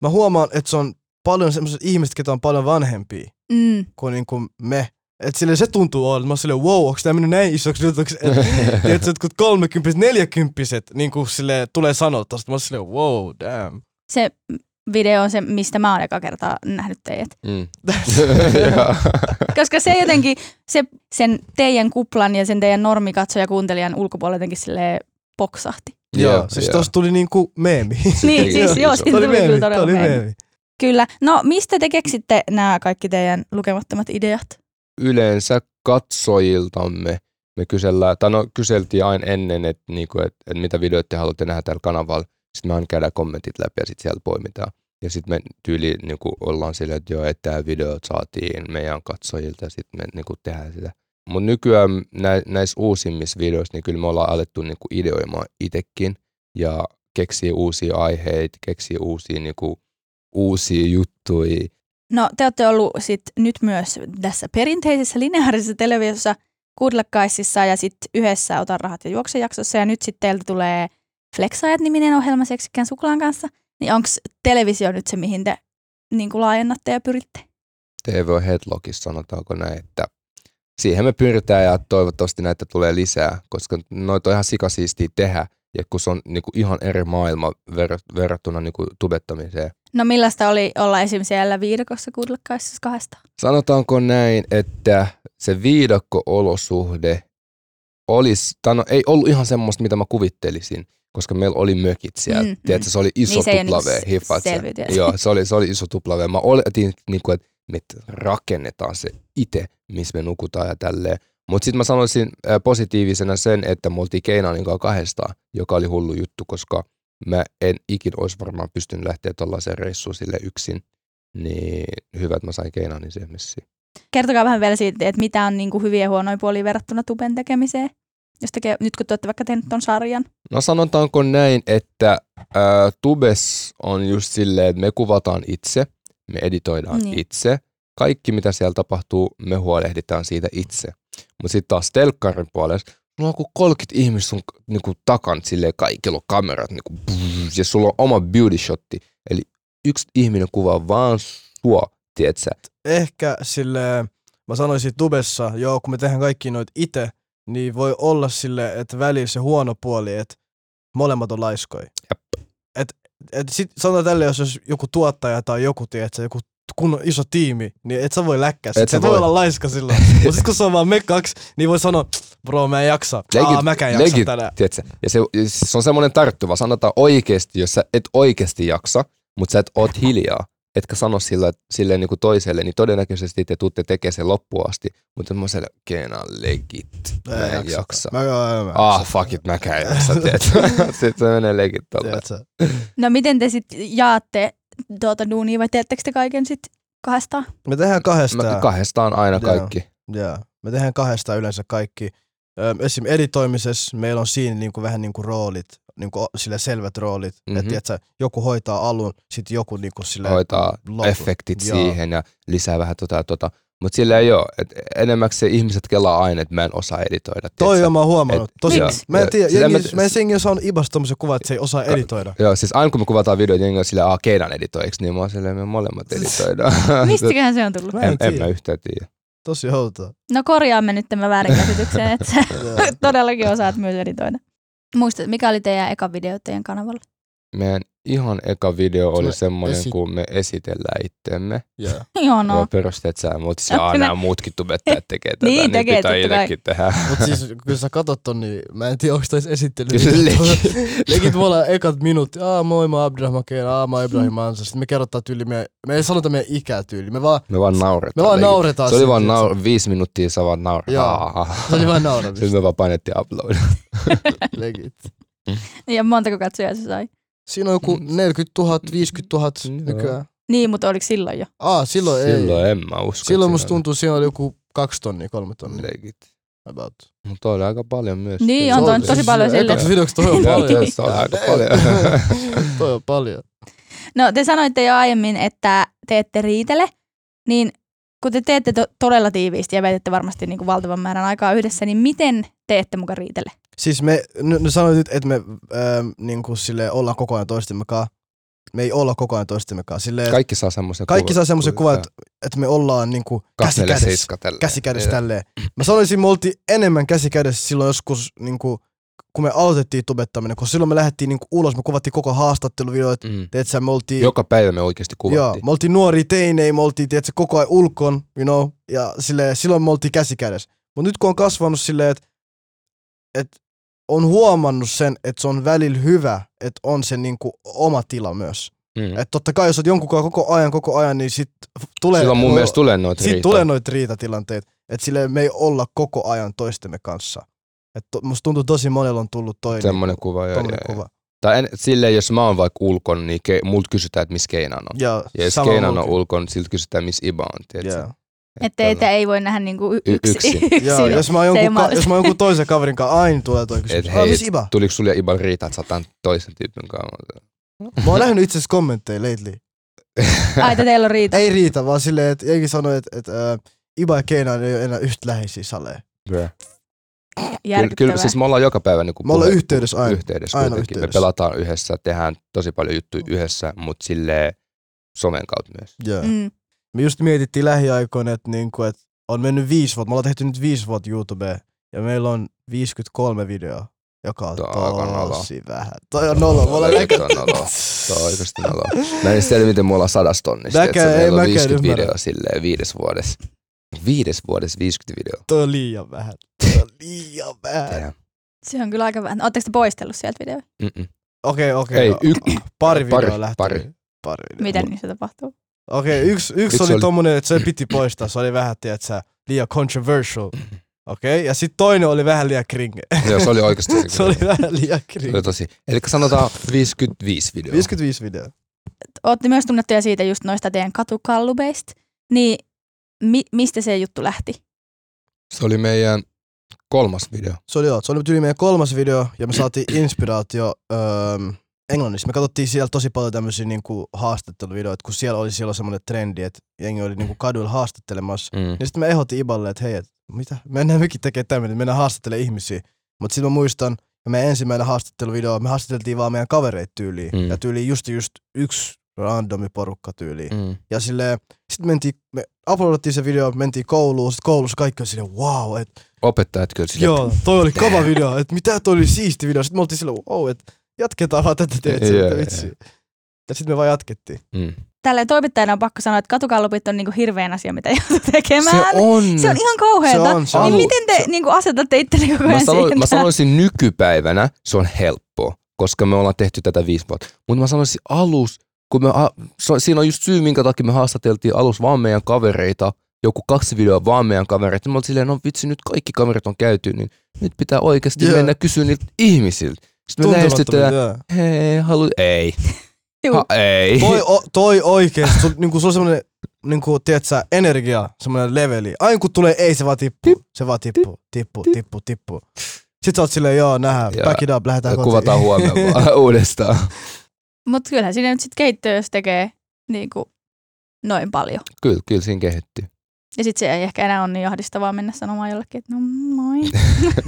mä huomaan, että se on paljon semmoiset ihmiset, ketä on paljon vanhempia
Mm.
kuin, niin kuin me. Et sille se tuntuu olla, mä oon silleen, wow, onks tää mennyt näin isoksi jutuksi? Et, tiedätkö, jotkut kolmekymppiset, neljäkymppiset niin kuin sille tulee sanoa tosta. Mä oon silleen, wow, damn.
Se video on se, mistä mä oon eka kertaa nähnyt teidät.
Mm. Joo.
Koska se jotenkin, se, sen teidän kuplan ja sen teidän normikatsoja kuuntelijan ulkopuolella jotenkin silleen poksahti.
Joo, siis tosta tuli niinku meemi.
Niin, siis
Joo,
joo,
se
siitä tuli kyllä
tää
todella
oli
meemi.
meemi.
Kyllä. No, mistä te keksitte nämä kaikki teidän lukemattomat ideat?
Yleensä katsojiltamme me kysellään, tai no kyseltiin aina ennen, että niinku, et, et mitä videoita te haluatte nähdä tällä kanavalla. Sitten me aina käydään kommentit läpi ja sitten siellä poimitaan. Ja sitten me tyyli niinku, ollaan silleen, että joo, että tämä video saatiin meidän katsojilta ja sitten me niinku, tehdään sitä. Mutta nykyään nä, näissä uusimmissa videoissa, niin kyllä me ollaan alettu niinku, ideoimaan itsekin ja keksiä uusia aiheita, keksiä uusia, niinku, uusia juttuja.
No, te olette ollut sit nyt myös tässä perinteisessä lineaarisessa televisiossa Kudlakkaisissa ja sitten yhdessä Ota rahat ja juokse jaksossa ja nyt sitten teiltä tulee Flexajat-niminen ohjelma seksikään suklaan kanssa. Niin onko televisio nyt se, mihin te niin laajennatte ja pyritte?
TV on headlockissa, sanotaanko näin, että siihen me pyritään ja toivottavasti näitä tulee lisää, koska noita on ihan sikasiistiä tehdä, ja kun se on niinku ihan eri maailma ver- verrattuna niinku tubettamiseen.
No millaista oli olla esim. siellä viidakossa Kudlakkaisissa kahdesta?
Sanotaanko näin, että se viidakko-olosuhde olisi, tai no, ei ollut ihan semmoista, mitä mä kuvittelisin, koska meillä oli mökit siellä.
Mm,
Mm,
mm.
Tiedätkö, se oli iso
Niin se ei
niin
ole
tuplave,
niinku
hiffaat sen.
selviytyä.
Joo, se oli, se oli iso tuplave. Mä oletin, niinku, että me rakennetaan se itse, missä me nukutaan ja tälleen. Mutta sitten mä sanoisin äh, positiivisena sen, että me oltiin Keinanin kanssa kahdestaan, joka oli hullu juttu, koska mä en ikin olisi varmaan pystynyt lähteä tuollaiseen reissuun sille yksin. Niin hyvä, että mä sain Keinanin siihen messiin.
Kertokaa vähän vielä siitä, että mitä on niin kuin hyviä ja huonoja puolia verrattuna tuben tekemiseen. Jos tekee, nyt kun te olette vaikka tehnyt ton sarjan.
No sanotaanko näin, että ää, Tubes on just silleen, että me kuvataan itse, me editoidaan
Niin.
niin. itse. Kaikki mitä siellä tapahtuu, me huolehditaan siitä itse. Mutta sitten taas telkkarin puolesta mulla on kuin 30 ihmistä sun niinku, takan, silleen kaikilla on kamerat, niinku, bzzz, ja sulla on oma beauty shotti. Eli yksi ihminen kuvaa vaan sua, tiedät sä.
Ehkä sille, mä sanoisin tubessa, joo kun me tehdään kaikki noit itse, niin voi olla sille, että välissä se huono puoli, että molemmat on laiskoja. Et, et sit sanotaan tälle, jos olisi joku tuottaja tai joku, tiedätkö, joku kun iso tiimi, niin et sä voi läkkää.
Et
Et
sä
sä voi
voi.
olla laiska silloin. Mutta sit kun se on vaan me kaksi, niin voi sanoa, bro mä en jaksa.
Legit-
Aa, mäkään jaksa
legit.
tänään.
Tiedät sä. Ja se, ja se on semmoinen tarttuva, sanotaan oikeasti, jos sä et oikeasti jaksa, mutta sä et oot hiljaa, etkä sano sillä, silleen niinku toiselle, niin todennäköisesti te tuutte tekemään sen loppuun asti. Mutta mä oon siellä, kena legit, mä en jaksa.
Mä, mä, mä, mä
Ah, fuck it, mäkään en jaksa, tiedät sä. Sitten se menee legit tolle.
Tiedätkö?
No miten te sitten jaatte tuota duunia vai teettekö te kaiken sitten kahdestaan?
Me tehdään
Mä
kahdestaan.
kahdestaan aina
Joo.
kaikki.
Joo. Me tehdään kahdesta yleensä kaikki. Öm, Esim. editoimisessa meillä on siinä niinku vähän niinku roolit, niinku o- sille selvät roolit. Mm-hmm.
Mhm.
Että tiedätkö, joku hoitaa alun, sitten joku niinku sille
Hoitaa
lopun.
efektit
Joo.
siihen ja lisää vähän tota ja tota. Mutta sillä ei ole. Et enemmäksi se ihmiset kelaa aina, että mä en osaa editoida.
Toi
tiedät sä.
on mä oon huomannut.
Et-
Tosi,
Joo.
mä en tiedä,
Sitä
jengi,
mä-
mä en senkin osaa ibas tommosen kuvan, että se ei osaa editoida.
Joo, siis aina kun me kuvataan videoita, jengi on silleen, aah, keidan editoiksi, niin mä oon silleen, me molemmat
Siis
editoidaan.
Mistäköhän se on tullut?
Mä
en,
en
en Äh, mä
tiedä.
yhtään tiedä.
Tosi outoa.
No korjaamme nyt tämän väärinkäsityksen, että sä
Joo.
todellakin osaat myös editoida. Muistat, mikä oli teidän eka video teidän kanavalla?
Meidän ihan eka video oli
Sulle
semmoinen,
esi-
kun me esitellään itteemme.
Joo.
Joo,
No. Ja
no.
perusteet sä, mutta se aina
Minä-
nämä muutkin tubettajat tekee tätä,
Niin,
niin,
tekee,
pitää
totta kai.
itsekin tehdä.
Mut siis kun sä katot ton, niin mä en tiedä onko tois esittely.
Kyllä legit.
Legit me ollaan ekat minuutti. Aa moi mä oon Abdurrahman Keina, aa mä oon Ibrahim Ansa. Sitten me kerrotaan tyyli, me, me ei sanota meidän ikää tyyli. Me vaan,
Me vaan nauretaan.
me vaan
legit.
nauretaan.
Se oli
siitä,
vaan
tiiätkö?
naur- viisi minuuttia, sä vaan
Joo.
nauretaan.
Se oli vaan nauramista.
Sitten me vaan painettiin upload.
Legit.
Ja montako katsojaa se sai?
Siinä on joku
Mm.
40 000, 50 000
Mm,
nykyään.
Niin, mutta oliko silloin jo?
Aa, silloin ei. Silloin,
Silloin en mä usko.
silloin
että
musta
siinä oli-
tuntuu, siinä oli joku kaksi tonnia, kolme tonnia.
Legit.
About.
Mutta oli aika paljon myös.
Niin, on
Se
toi
on-
nyt tosi paljon
siis
sille.
Ekaksi videoksi toi on
Joo,
paljon.
se on aika paljon.
toi on paljon.
No te sanoitte jo aiemmin, että te ette riitele, niin kun te teette to- todella tiiviisti ja vietätte varmasti niin kuin valtavan määrän aikaa yhdessä, niin miten te ette muka riitele?
Siis me, no, no sanoit nyt, että me ähm, niin kuin sille ollaan koko ajan toistemme kanssa. Me ei olla koko ajan toistemme kanssa. Silleen,
Kaikki saa semmoisen
Kaikki saa semmoisen kuvan, että, että me ollaan niinku käsi kädessä, käsi kädessä tälleen. Mä sanoisin, me oltiin enemmän käsi kädessä silloin joskus, niinku, kun me aloitettiin tubettaminen, kun silloin me lähdettiin niinku ulos, me kuvattiin koko haastatteluvideoit,
Mm.
teet sä, me oltiin,
Joka päivä me oikeasti
joo,
kuvattiin.
me oltiin nuori teinei, me oltiin tiedätkö, koko ajan ulkon, you know, ja sille, silloin me oltiin käsi kädessä. Mutta nyt kun on kasvanut silleen, että et on huomannut sen, että se on välillä hyvä, että on se niinku oma tila myös.
Mm.
Et totta kai, jos oot jonkun kanssa koko ajan, koko ajan, niin sit tulee...
Silloin mun
no,
mielestä tulee noita
Siitä
riitoja.
tulee noita riitatilanteet, että sille me ei olla koko ajan toistemme kanssa. Et to, musta tuntuu tosi monella on tullut toi niin
Semmoinen kuva. Joo,
tommonen
joo, joo.
kuva.
Tai en, silleen, jos mä oon vaikka ulkon, niin ke, multa kysytään, että missä Keinan on.
Ja,
Ja jos
sama
Keinan on
mulki.
ulkon, siltä kysytään, missä Iba on. tiedätkö?
Joo.
Että
Että teitä ei voi nähdä niin kuin y-
Y-
yksi,
yksin.
Joo,
yksin.
jos mä, oon jonkun, ka-
mahdollista.
jos mä oon jonkun toisen kaverin kanssa, aina tulee toi kysymys.
Et
Et,
hei,
hei, missä Oh,
et-
Iba?
Tuliko sulle ja Iba riita, että sä oot tämän toisen tyypin kanssa?
Mä oon nähnyt itse asiassa kommentteja lately.
Ai, että teillä on riita.
Ei riitä, vaan silleen, että jengi sanoi, että, että äh, Iba ja Keinan ei ole enää yhtä läheisiä salee.
Kyllä,
Järkyttävää.
kyllä, siis me ollaan joka päivä niin
Me ollaan yhteydessä aina.
yhteydessä,
Aina
aina yhteydessä. Me
yhteydessä.
pelataan yhdessä, tehdään tosi paljon juttuja yhdessä, mutta sille somen kautta myös.
Joo.
mm.
Me just mietittiin lähiaikoina, että niinku, et on mennyt viisi vuotta, me ollaan tehty nyt viisi vuotta YouTubeen, ja meillä on 53 videoa, joka on
Tää on aika nolo.
tosi vähän. Toi on nolo, me ollaan
Toi
näkö...
on nolo. Tuo on oikeasti noloa. Mä en tiedä, miten me ollaan sadas tonnista.
Mäkään-
Mäkään, meillä
mäkään
on 50
ymmärrä.
videoa silleen viides vuodessa. Viides vuodessa 50 videoa.
Toi on liian vähän. Toi on liian vähän.
Tehdään.
Se on kyllä aika vähän. Oletteko te poistellut sieltä videoita?
Mm-mm.
Okei, okei.
Ei,
no,
yk,
pari videoa
pari,
lähti.
pari.
Pari videoa.
Miten niissä tapahtuu?
Okei, yksi, yksi
Yksi
oli,
oli-
tommonen, että se piti poistaa, se oli vähän, tiedätkö, liian controversial. Okei, ja sitten toinen oli vähän liian kringe.
Joo, se oli oikeasti.
se oli vähän liian
se oli
kringe.
tosi. Eli sanotaan 55 videoa.
55 videoa.
Olette myös tunnettuja siitä just noista teidän katukallubeista. Niin mi- mistä se juttu lähti?
Se oli meidän kolmas video.
Se oli, joo, se oli tyyli meidän kolmas video ja me saatiin inspiraatio öö, Englannissa. Me katsottiin siellä tosi paljon tämmöisiä niinku, haastatteluvideoita, kun siellä oli silloin semmoinen trendi, että jengi oli niinku, kaduilla haastattelemassa.
Mm.
Niin sitten me ehdotin Iballe, että hei, et, mitä? Mennään mekin tekemään tämmöinen, mennään haastattelemaan ihmisiä. Mutta sitten mä muistan, ja meidän ensimmäinen haastatteluvideo, me haastateltiin vaan meidän kavereit tyyliin.
Mm.
Mm. Ja tyyliin just, just yksi randomi porukka tyyliin.
Mm.
Ja sille sitten mentiin, me uploadattiin se video, mentiin kouluun, sitten koulussa kaikki oli silleen, wow, et,
Opettajat kyllä sille.
joo, toi oli kova video, että mitä toi oli siisti video. Sitten me oltiin silleen, wow, että jatketaan vaan tätä teet,
Joo,
yeah,
joo.
vitsi. Ja sitten me vaan jatkettiin.
Mm.
Tälleen toimittajana on pakko sanoa, että katukallupit on niinku hirveän asia, mitä joutuu tekemään.
Se on.
se on ihan kauheata.
Se on, se
niin
on.
miten te niinku asetatte ittenne koko
Mä,
ajan siihen?
sanoin, mä
tähän?
sanoisin nykypäivänä se on helppoa, koska me ollaan tehty tätä viisi vuotta. Mutta mä sanoisin alus, kun me, a- so- siinä on just syy, minkä takia me haastateltiin alus vaan meidän kavereita, joku kaksi videoa vaan meidän kavereita. Mä olin silleen, no vitsi, nyt kaikki kaverit on käyty, niin nyt pitää oikeasti
Joo.
yeah. mennä kysyä niiltä ihmisiltä. Sitten me lähestytään,
Tuntemattomia, joo.
hei, halu... Ei.
Juu.
Ha, ei.
Toi, o, toi oikeesti, sul, niinku, sulla on semmonen, niinku, tiedät sä, energia, semmonen leveli. Aina kun tulee ei, se vaan tippuu, se vaan tippuu, tippuu, tippuu, tippuu. Sitten sä oot silleen, joo, nähdään,
Joo.
back it up, lähdetään kotiin.
Kuvataan huomenna vaan uudestaan.
Mutta kyllähän siinä nyt sitten keittiö, jos tekee niinku noin paljon.
Kyllä, kyllä siinä kehittyy.
Ja sitten se ei ehkä enää ole niin ahdistavaa mennä sanomaan jollekin, että no moi.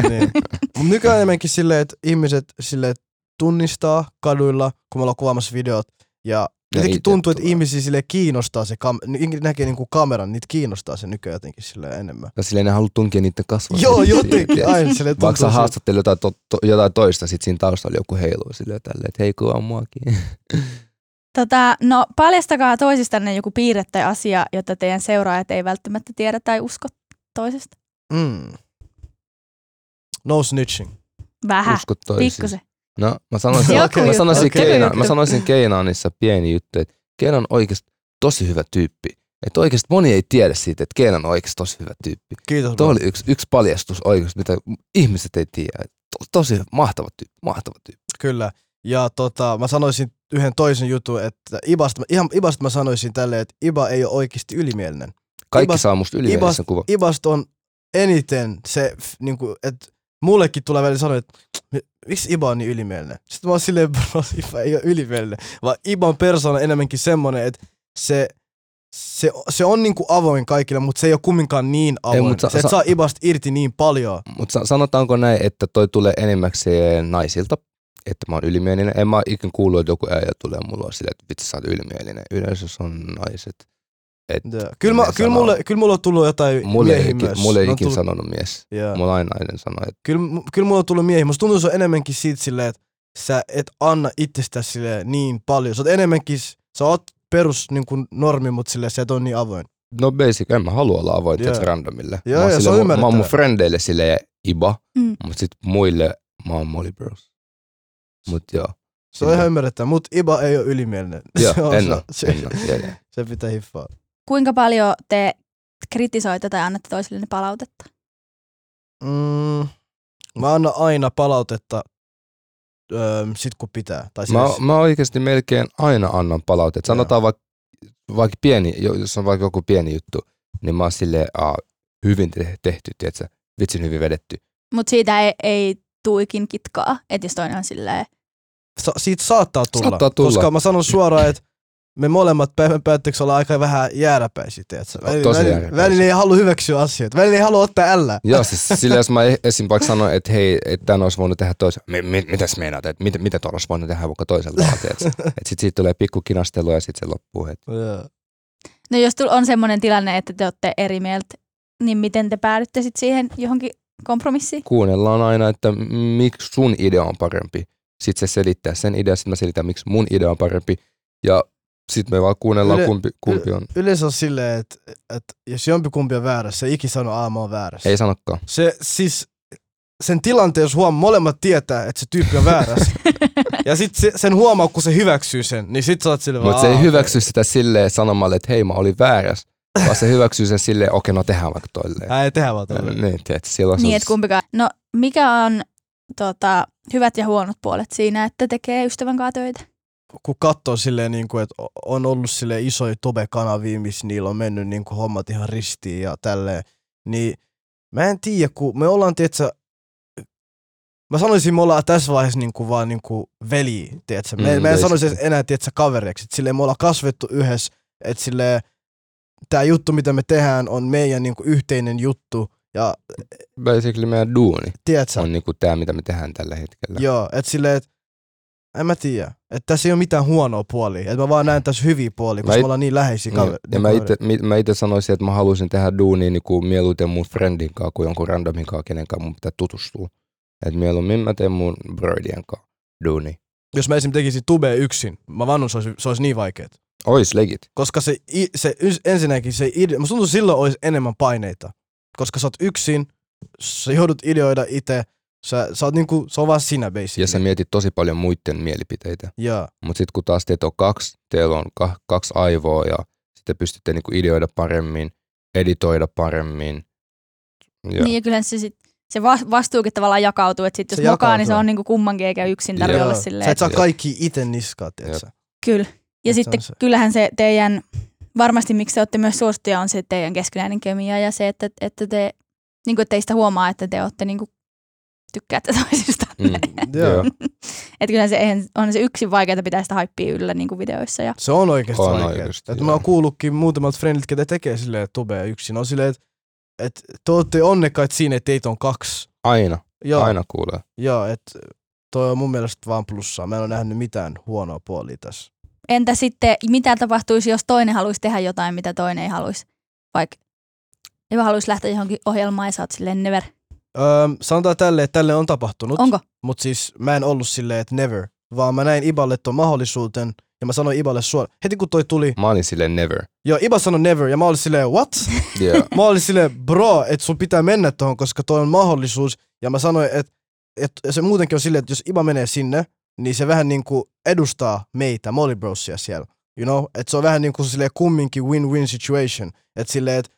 niin. Mut nykyään enemmänkin silleen, että ihmiset silleen tunnistaa kaduilla, kun me ollaan kuvaamassa videot. Ja jotenkin
itse
tuntuu, että
tulee.
ihmisiä sille kiinnostaa se, kam- ni- näkee niinku kameran, niitä kiinnostaa se nykyään jotenkin sille enemmän.
Tai silleen ne haluaa tunkia niiden kasvoja.
Joo,
Siinä,
jotenkin,
tiedätkö?
aina silleen tuntuu.
Vaikka sä
siltä.
haastattelit jotain, to, to, jotain toista, sit siinä taustalla joku heiluu silleen tälleen, että hei kuvaa muakin.
Tota, no paljastakaa toisistanne joku piirre tai asia, jota teidän seuraajat ei välttämättä tiedä tai usko toisesta.
Mm. No snitching.
Vähän,
Usko toisiin.
pikkusen.
No, mä sanoisin,
Joku
mä
juttu,
sanoisin,
okei.
Keina,
Joku
mä
juttu.
sanoisin Keinaanissa pieni juttu, että Keina on oikeasti tosi hyvä tyyppi. Että oikeasti moni ei tiedä siitä, että Keina on oikeasti tosi hyvä tyyppi.
Kiitos. bro.
Tuo oli yksi, yksi paljastus oikeasti, mitä ihmiset ei tiedä. To, tosi hyvä, mahtava tyyppi, mahtava tyyppi.
Kyllä. Ja tota, mä sanoisin yhden toisen jutun, että Ibasta, ihan Ibasta mä sanoisin tälleen, että Iba ei ole oikeasti ylimielinen.
Kaikki
Ibas-
saa musta ylimielisen kuvan.
Ibasta on eniten se, f, niinku, että mullekin tulee välillä sanoa, että miksi Iba on niin ylimielinen? Sitten mä oon silleen, bro, Iba ei ole ylimielinen, vaan Iban persoona on enemmänkin semmonen, että se, se, se on niinku avoin kaikille, mutta se ei ole kumminkaan niin avoin.
mut sa-
se, et
sa-
saa Ibasta irti niin paljon.
Mutta sanotaanko näin, että toi tulee enimmäkseen naisilta, että mä oon ylimielinen. En mä oo ikinä kuullut, että joku äijä tulee mulla on silleen, että vitsi sä oot ylimielinen. Yleensä se on naiset.
Joo. Kyllä, mä,
Minä
kyllä,
sanon.
mulle, kyllä mulle on tullut jotain
Mulle ei
miehiä
ikin,
myös. No
mulle ei
Ne on
ikin
tullut-
sanonut mies.
Joo.
Mulla aina aina sanoo, että
kyllä, mu- kyllä mulla on tullut miehiä. Musta tuntuu, että se on enemmänkin siitä silleen, että sä et anna itsestäsi sille niin paljon. Sä oot enemmänkin, s- sä oot perus niin kuin normi, mutta sille sä et ole niin avoin.
no basic, en mä halua olla avoin
Joo.
yeah. randomille.
Joo,
mä, oon
joo, se
silleen
on
mun- mä oon mun
ymmärrettävää.
frendeille silleen iba,
Mm.
mutta sit muille mä oon Molly Bros. Mut joo,
Se on
Kyllä.
ihan ymmärrettävää, mutta Iba ei ole ylimielinen. se
joo
on,
en oo,
se,
en oo, joo, joo.
se pitää hiffaa.
Kuinka paljon te kritisoitte tai annatte toisillenne palautetta?
Mm, mä annan aina palautetta öö, sit kun pitää. Tai
Mä,
siis,
mä oikeasti melkein aina annan palautetta.
Joo.
Sanotaan vaikka, vaikka pieni, jo- jos on vaikka joku pieni juttu, niin mä oon silleen, aa, hyvin te- tehty, tiedätkö? vitsin hyvin vedetty.
Mutta siitä ei, ei tuikin kitkaa, että jos toinen on silleen,
sa- siitä saattaa tulla,
Saattaa tulla.
Koska mä sanon suoraan, että me molemmat päivän päätteeksi ollaan aika vähän jääräpäisiä, tiedätkö? Välillä,
Tosi
välillä,
jääräpäisiä.
välillä ei halua hyväksyä asioita, välillä ei halua ottaa ällä.
Joo, siis silleen, jos mä esim. vaikka sanoin, että hei, että tämän olisi voinut tehdä toisen, mi- mi- mitäs meinaat, että mitä, mitä tuolla olisi voinut tehdä vaikka toisella tavalla, tiedätkö? Että sit siitä tulee pikku kinastelua ja sit se loppuu heti.
Joo.
no jos tul- on semmoinen tilanne, että te olette eri mieltä, niin miten te päädytte sitten siihen johonkin kompromissiin?
Kuunnellaan aina, että miksi sun idea on parempi. Sitten se selittää sen idean, sitten mä selitän, miksi mun idea on parempi. Ja sitten me vaan kuunnellaan,
Yle-
kumpi, kumpi on.
Yleensä on silleen, että, että jos jompikumpi on väärässä, se ei ikin sano aama on väärässä.
Ei sanokaan.
Se siis, sen tilanteen, jos huomaa, molemmat tietää, että se tyyppi on väärässä. ja sit se, sen huomaa, kun se hyväksyy sen, niin sit sä oot silleen
Mutta se
"Aa,
ei
okei."
hyväksy sitä silleen sanomalla, että hei mä olin väärässä, vaan se hyväksyy sen silleen, okei no tehdään vaikka tolleen.
Ää, ei tehdä vaan
No,
tolleen.
Niin, tiedät, silloin
Niin, että kumpikaan. No, mikä on tota, hyvät ja huonot puolet siinä, että tekee ystävän kanssa töitä?
kun katsoo silleen, niin kuin, että on ollut sille isoja Tobe-kanavia, missä niillä on mennyt niin kuin, hommat ihan ristiin ja tälleen, niin mä en tiedä, kun me ollaan, tietsä, mä sanoisin, me ollaan tässä vaiheessa niin kuin, vaan niin kuin veli, tietsä. Me,
Mm,
mm, mä en
basically.
sanoisi enää, tietsä, kavereiksi. Et silleen me ollaan kasvettu yhdessä, että silleen, tämä juttu, mitä me tehdään, on meidän niin kuin, niinku yhteinen juttu, Ja
Basically meidän duuni
tiedät sä,
on niinku tää, mitä me tehdään tällä hetkellä.
Joo, että silleen, että en mä tiedä. Että tässä ei ole mitään huonoa puolia. Että mä vaan näen tässä hyviä puolia, koska
Mä
me
it-
ollaan niin läheisiä
Niin,
kaveri.
ja mä itse, mi- mä itse sanoisin, että mä haluaisin tehdä duunia niinku mieluiten mun friendin kanssa kuin jonkun randomin kanssa, kenen kanssa mun pitää tutustua. Et mieluummin mä teen mun broidien kanssa duuni.
Jos mä esim. tekisin tube yksin, mä vannun, se olisi, se olisi niin vaikeet.
Ois legit.
Koska se, i- se ys- ensinnäkin se ide, musta tuntuu silloin olisi enemmän paineita. Koska sä oot yksin, sä joudut ideoida itse, sä, sä oot niinku, se on vaan sinä basically.
Ja sä mietit tosi paljon muiden mielipiteitä.
Joo,
Mutta sitten kun taas teitä on kaksi, teillä on ka- kaksi aivoa ja sitten pystytte niinku ideoida paremmin, editoida paremmin. Ja,
Niin ja kyllähän se, sit, se va- vastuukin tavallaan jakautuu, että sit jos
Se
se mokaa, niin
jakautuu.
se on niinku kummankin eikä yksin tarvitse
Joo.
olla
Sä
silleen.
et saa
Jep.
kaikki itse niskaa, tiedätkö?
Kyllä.
Et
Ja
se
sitten
on se.
kyllähän se teidän, varmasti miksi te olette myös suosittuja, on se teidän keskinäinen kemia ja se, että, että te, niin kuin teistä huomaa, että te olette
niinku
niin kuin, tykkäätte toisistaan.
Mm,
Joo.
joo.
Että kyllähän se, eihän- on se yksin vaikeaa pitää sitä hyppiä yllä
niinku
niin kuin videoissa. Ja,
Se on oikeasti
On
vaikeaa.
oikeasti,
Et
joo.
mä oon kuullutkin muutamat friendit, ketä tekee silleen tubea yksin. On silleen, että et, te ootte onnekkaita siinä, että teitä on kaksi.
Aina,
Joo,
aina kuulee.
joo että toi on mun mielestä vaan plussaa. Mä en ole nähnyt mitään huonoa puolia tässä.
Entä sitten, mitä tapahtuisi, jos toinen haluaisi tehdä jotain, mitä toinen ei haluaisi? Vaikka joku haluaisi lähteä johonkin ohjelmaan ja sä oot silleen never.
Öö, sanotaan tälle, että tälle on tapahtunut.
Onko?
Mutta siis mä en ollut silleen, että never. Vaan mä näin Iballe ton mahdollisuuden. Ja mä sanoin Iballe suoraan. Heti kun toi tuli.
Mä olin silleen never.
Joo, Iba sanoi never. Ja mä olin silleen, what?
Yeah.
mä olin silleen, bro, että sun pitää mennä tohon, koska toi on mahdollisuus. Ja mä sanoin, että et, ja se muutenkin on silleen, että jos Iba menee sinne, niin se vähän niinku edustaa meitä, Molly Brosia siellä. You know? Että se on vähän niinku silleen kumminkin win-win situation. Että silleen, että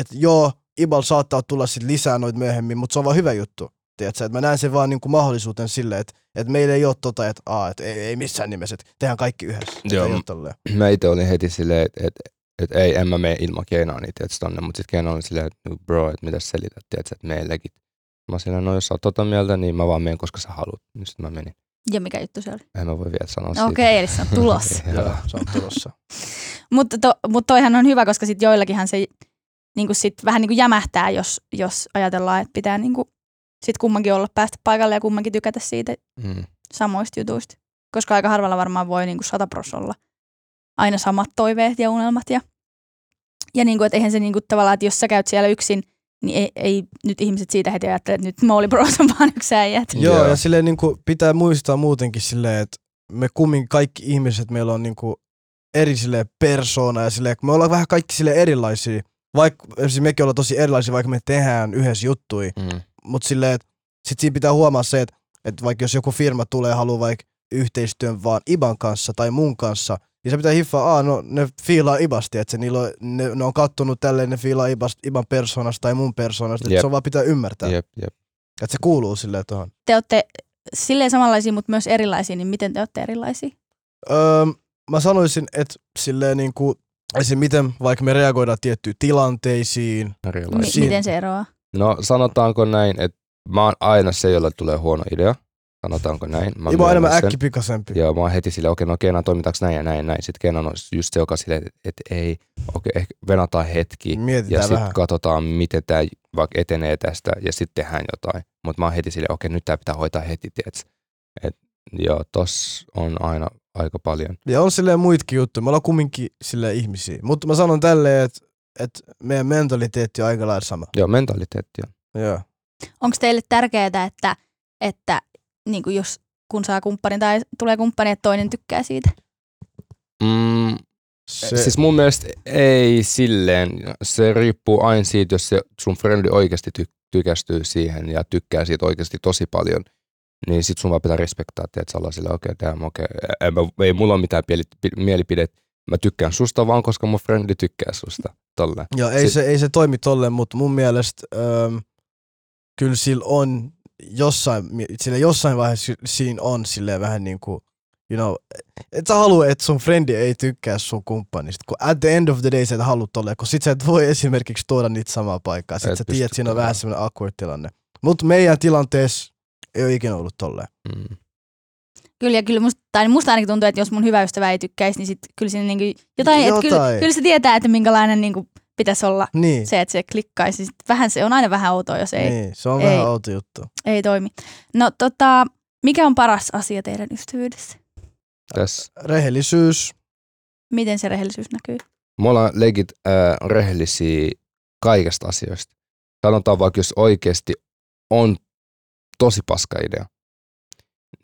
et joo, Ibal saattaa tulla sit lisää noit myöhemmin, mutta se on vaan hyvä juttu. Tiedätkö? Et mä näen sen vaan niinku mahdollisuuden silleen, että et meillä ei ole tota, että aa, et ei, ei missään nimessä, että tehdään kaikki yhdessä. Et
Joo,
ei
m-
ole tolleen.
mä itse olin heti silleen, että et, et ei, en mä mene ilman Keinaa niitä tietysti tonne, mutta sitten Keina oli silleen, että "No, bro, että mitä sä selität, tiedätkö, että meilläkin. Mä olin silleen, no jos sä oot tota mieltä, niin mä vaan menen, koska sä haluat. Niin sitten mä menin.
Ja mikä juttu se oli?
En mä voi vielä sanoa
No Okei, eli se on tulossa.
Joo.
Joo, se on tulossa.
mutta to, mut toihan on hyvä, koska sitten joillakinhan se niin kuin sit vähän niin kuin jämähtää, jos, jos ajatellaan, että pitää niin kuin, sit kummankin olla päästä paikalle ja kummankin tykätä siitä
Mm.
samoista jutuista. Koska aika harvalla varmaan voi niin kuin satapros olla aina samat toiveet ja unelmat. Ja, ja niin kuin, että eihän se niin kuin tavallaan, että jos sä käyt siellä yksin, niin ei, ei nyt ihmiset siitä heti ajattele, että nyt Molly Bros on vaan yksi äijä. että
Joo,
Joo.
ja silleen niin kuin pitää muistaa muutenkin silleen, että me kumminkin kaikki ihmiset, meillä on niin kuin eri sille persoona ja silleen, me ollaan vähän kaikki sille erilaisia. Vaikka siis mekin ollaan tosi erilaisia, vaikka me tehdään yhdessä juttui,
Mm.
mutta silleen, että sit siinä pitää huomaa se, että, että vaikka jos joku firma tulee ja haluaa vaikka yhteistyön vaan Iban kanssa tai mun kanssa, niin se pitää hiffaa, aa, no ne fiilaa Ibasti, että se niillä on, ne, ne, on kattonut tälleen, ne fiilaa Ibast, Iban persoonasta tai mun persoonasta, että
Jep.
se on vaan pitää ymmärtää,
Jep, jep.
että se kuuluu silleen tuohon.
Te olette silleen samanlaisia, mutta myös erilaisia, niin miten te olette erilaisia?
Öö, mä sanoisin, että silleen niin kuin, esim. miten vaikka me reagoidaan tiettyihin tilanteisiin.
M-
Erilaisia.
Niin,
Siinä.
miten se eroaa?
No sanotaanko näin, että mä oon aina se, jolla tulee huono idea. Sanotaanko näin. Mä
niin Mä Iba on enemmän
myönnän sen.
äkkipikasempi.
Ja mä oon heti silleen, okei, no Kenan toimitaanko näin ja näin ja näin. Sitten Kenan on just se, joka silleen, että et ei, okei, ehkä venataan hetki.
Mm, Mietitään
Ja
vähän.
sitten katsotaan, miten tämä vaikka etenee tästä ja sitten tehdään jotain. Mutta mä oon heti silleen, okei, nyt tämä pitää hoitaa heti, tiets. Et, joo, tos on aina aika paljon.
ja on silleen muitakin juttuja. Me ollaan kumminkin silleen ihmisiä. Mutta mä sanon tälleen, että että meidän mentaliteetti on aika lailla sama.
Joo, mentaliteetti on.
Joo.
Onko teille tärkeää, että, että niin kuin jos kun saa kumppanin tai tulee kumppani, että toinen tykkää siitä?
Mm,
Se,
Siis mun mielestä ei silleen. Se riippuu aina siitä, jos se sun frendi oikeasti ty- tykästyy siihen ja tykkää siitä oikeasti tosi paljon, niin sit sun vaan pitää respektaa, että sä ollaan sillä, okei, okay, okei, okay. ei, ei mulla ole mitään pieli- pi- mielipidet, mä tykkään susta vaan, koska mun frendi tykkää susta. Tolle.
Joo, ei,
Si-
se, ei se toimi tolleen, mutta mun mielestä öö, kyllä sillä on jossain, mi- sillä jossain vaiheessa siinä on silleen vähän niin kuin, you know, et sä halua, että sun frendi ei tykkää sun kumppanista, kun at the end of the day sä et halua tolleen, kun sit sä et voi esimerkiksi tuoda niitä samaa paikkaa, sit
Et
sä
pysty
tiedät, että siinä on
tuomaan.
vähän semmoinen awkward tilanne. Mutta meidän tilanteessa ei ole ikinä ollut tolleen.
Mm.
Kyllä, ja kyllä musta, tai musta ainakin tuntuu, että jos mun hyvä ystävä ei tykkäisi, niin sit kyllä siinä niinku jotain, jotain.
Jotain.
Että kyllä, kyllä, se tietää, että minkälainen niinku
pitäisi olla
Niin,
se, että se klikkaisi. Sitten Vähän se on aina vähän outoa, jos ei,
niin, se on
ei.
vähän outo juttu.
ei toimi. No tota, mikä on paras asia teidän ystävyydessä?
Tässä.
Rehellisyys,
Miten se rehellisyys näkyy?
Me ollaan legit äh, rehellisiä kaikesta asioista. Sanotaan vaikka, jos oikeasti on tosi paska idea,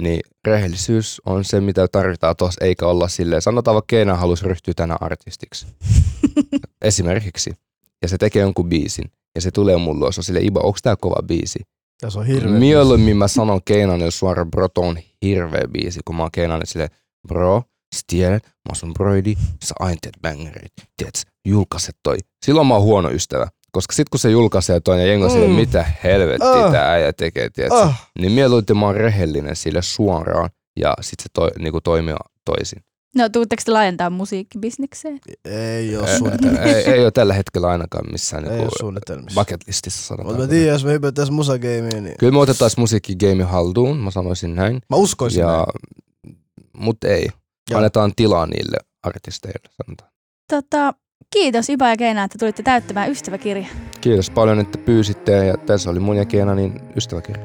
niin rehellisyys on se, mitä tarvitaan tuossa, eikä olla silleen. Sanotaan vaikka, Keina halusi ryhtyä tänä artistiksi. Esimerkiksi. Ja se tekee jonkun biisin. Ja se tulee mulle, se on silleen, Iba, onks tää kova biisi?
ja se on hirveä.
Mieluummin mä sanon Keinanen suoraan, bro, toi on hirveä biisi, kun mä oon Keinanen silleen, bro, sä tiedät, mä oon sun broidi, sä aina teet bangerit, tiedät, sä, julkaise toi. Silloin mä oon huono ystävä, koska sit kun se julkaisee toi, ja jengo mm.
Mm.
mitä helvettiä
Ah.
oh. tää äijä tekee, tiedät, oh.
Ah,
niin mieluiten mä oon rehellinen sille suoraan, ja sit se toi, niinku toimii toisin.
No tuutteko te laajentaa musiikkibisnekseen?
ei
Ä-
ole suunnitelmissa.
ei, ei ole tällä hetkellä ainakaan missään
Ei ole
niinku
suunnitelmissa.
bucket listissa sanotaan.
Mutta mä tiedän, jos me hypätään musagamiin, niin
Kyllä me otetaan musiikki haltuun, mä sanoisin näin.
mä uskoisin.
Ja,
näin.
mut ei.
Ja-
Ja. Annetaan tilaa niille artisteille. Sanotaan.
Tota, kiitos Iba ja Keina, että tulitte täyttämään ystäväkirja.
Kiitos paljon, että pyysitte ja tässä oli mun ja Keenanin ystäväkirja.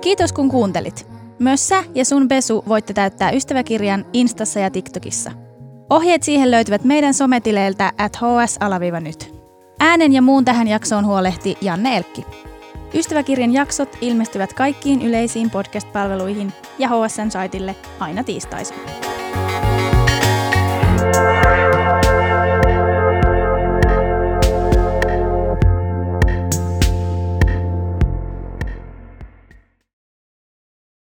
Kiitos kun kuuntelit. Myös sä ja sun Besu voitte täyttää ystäväkirjan Instassa ja TikTokissa. Ohjeet siihen löytyvät meidän sometileiltä at hs-nyt. Äänen ja muun tähän jaksoon huolehti Janne Elkki. Ystäväkirjan jaksot ilmestyvät kaikkiin yleisiin podcast-palveluihin ja HSN-saitille aina tiistaisin.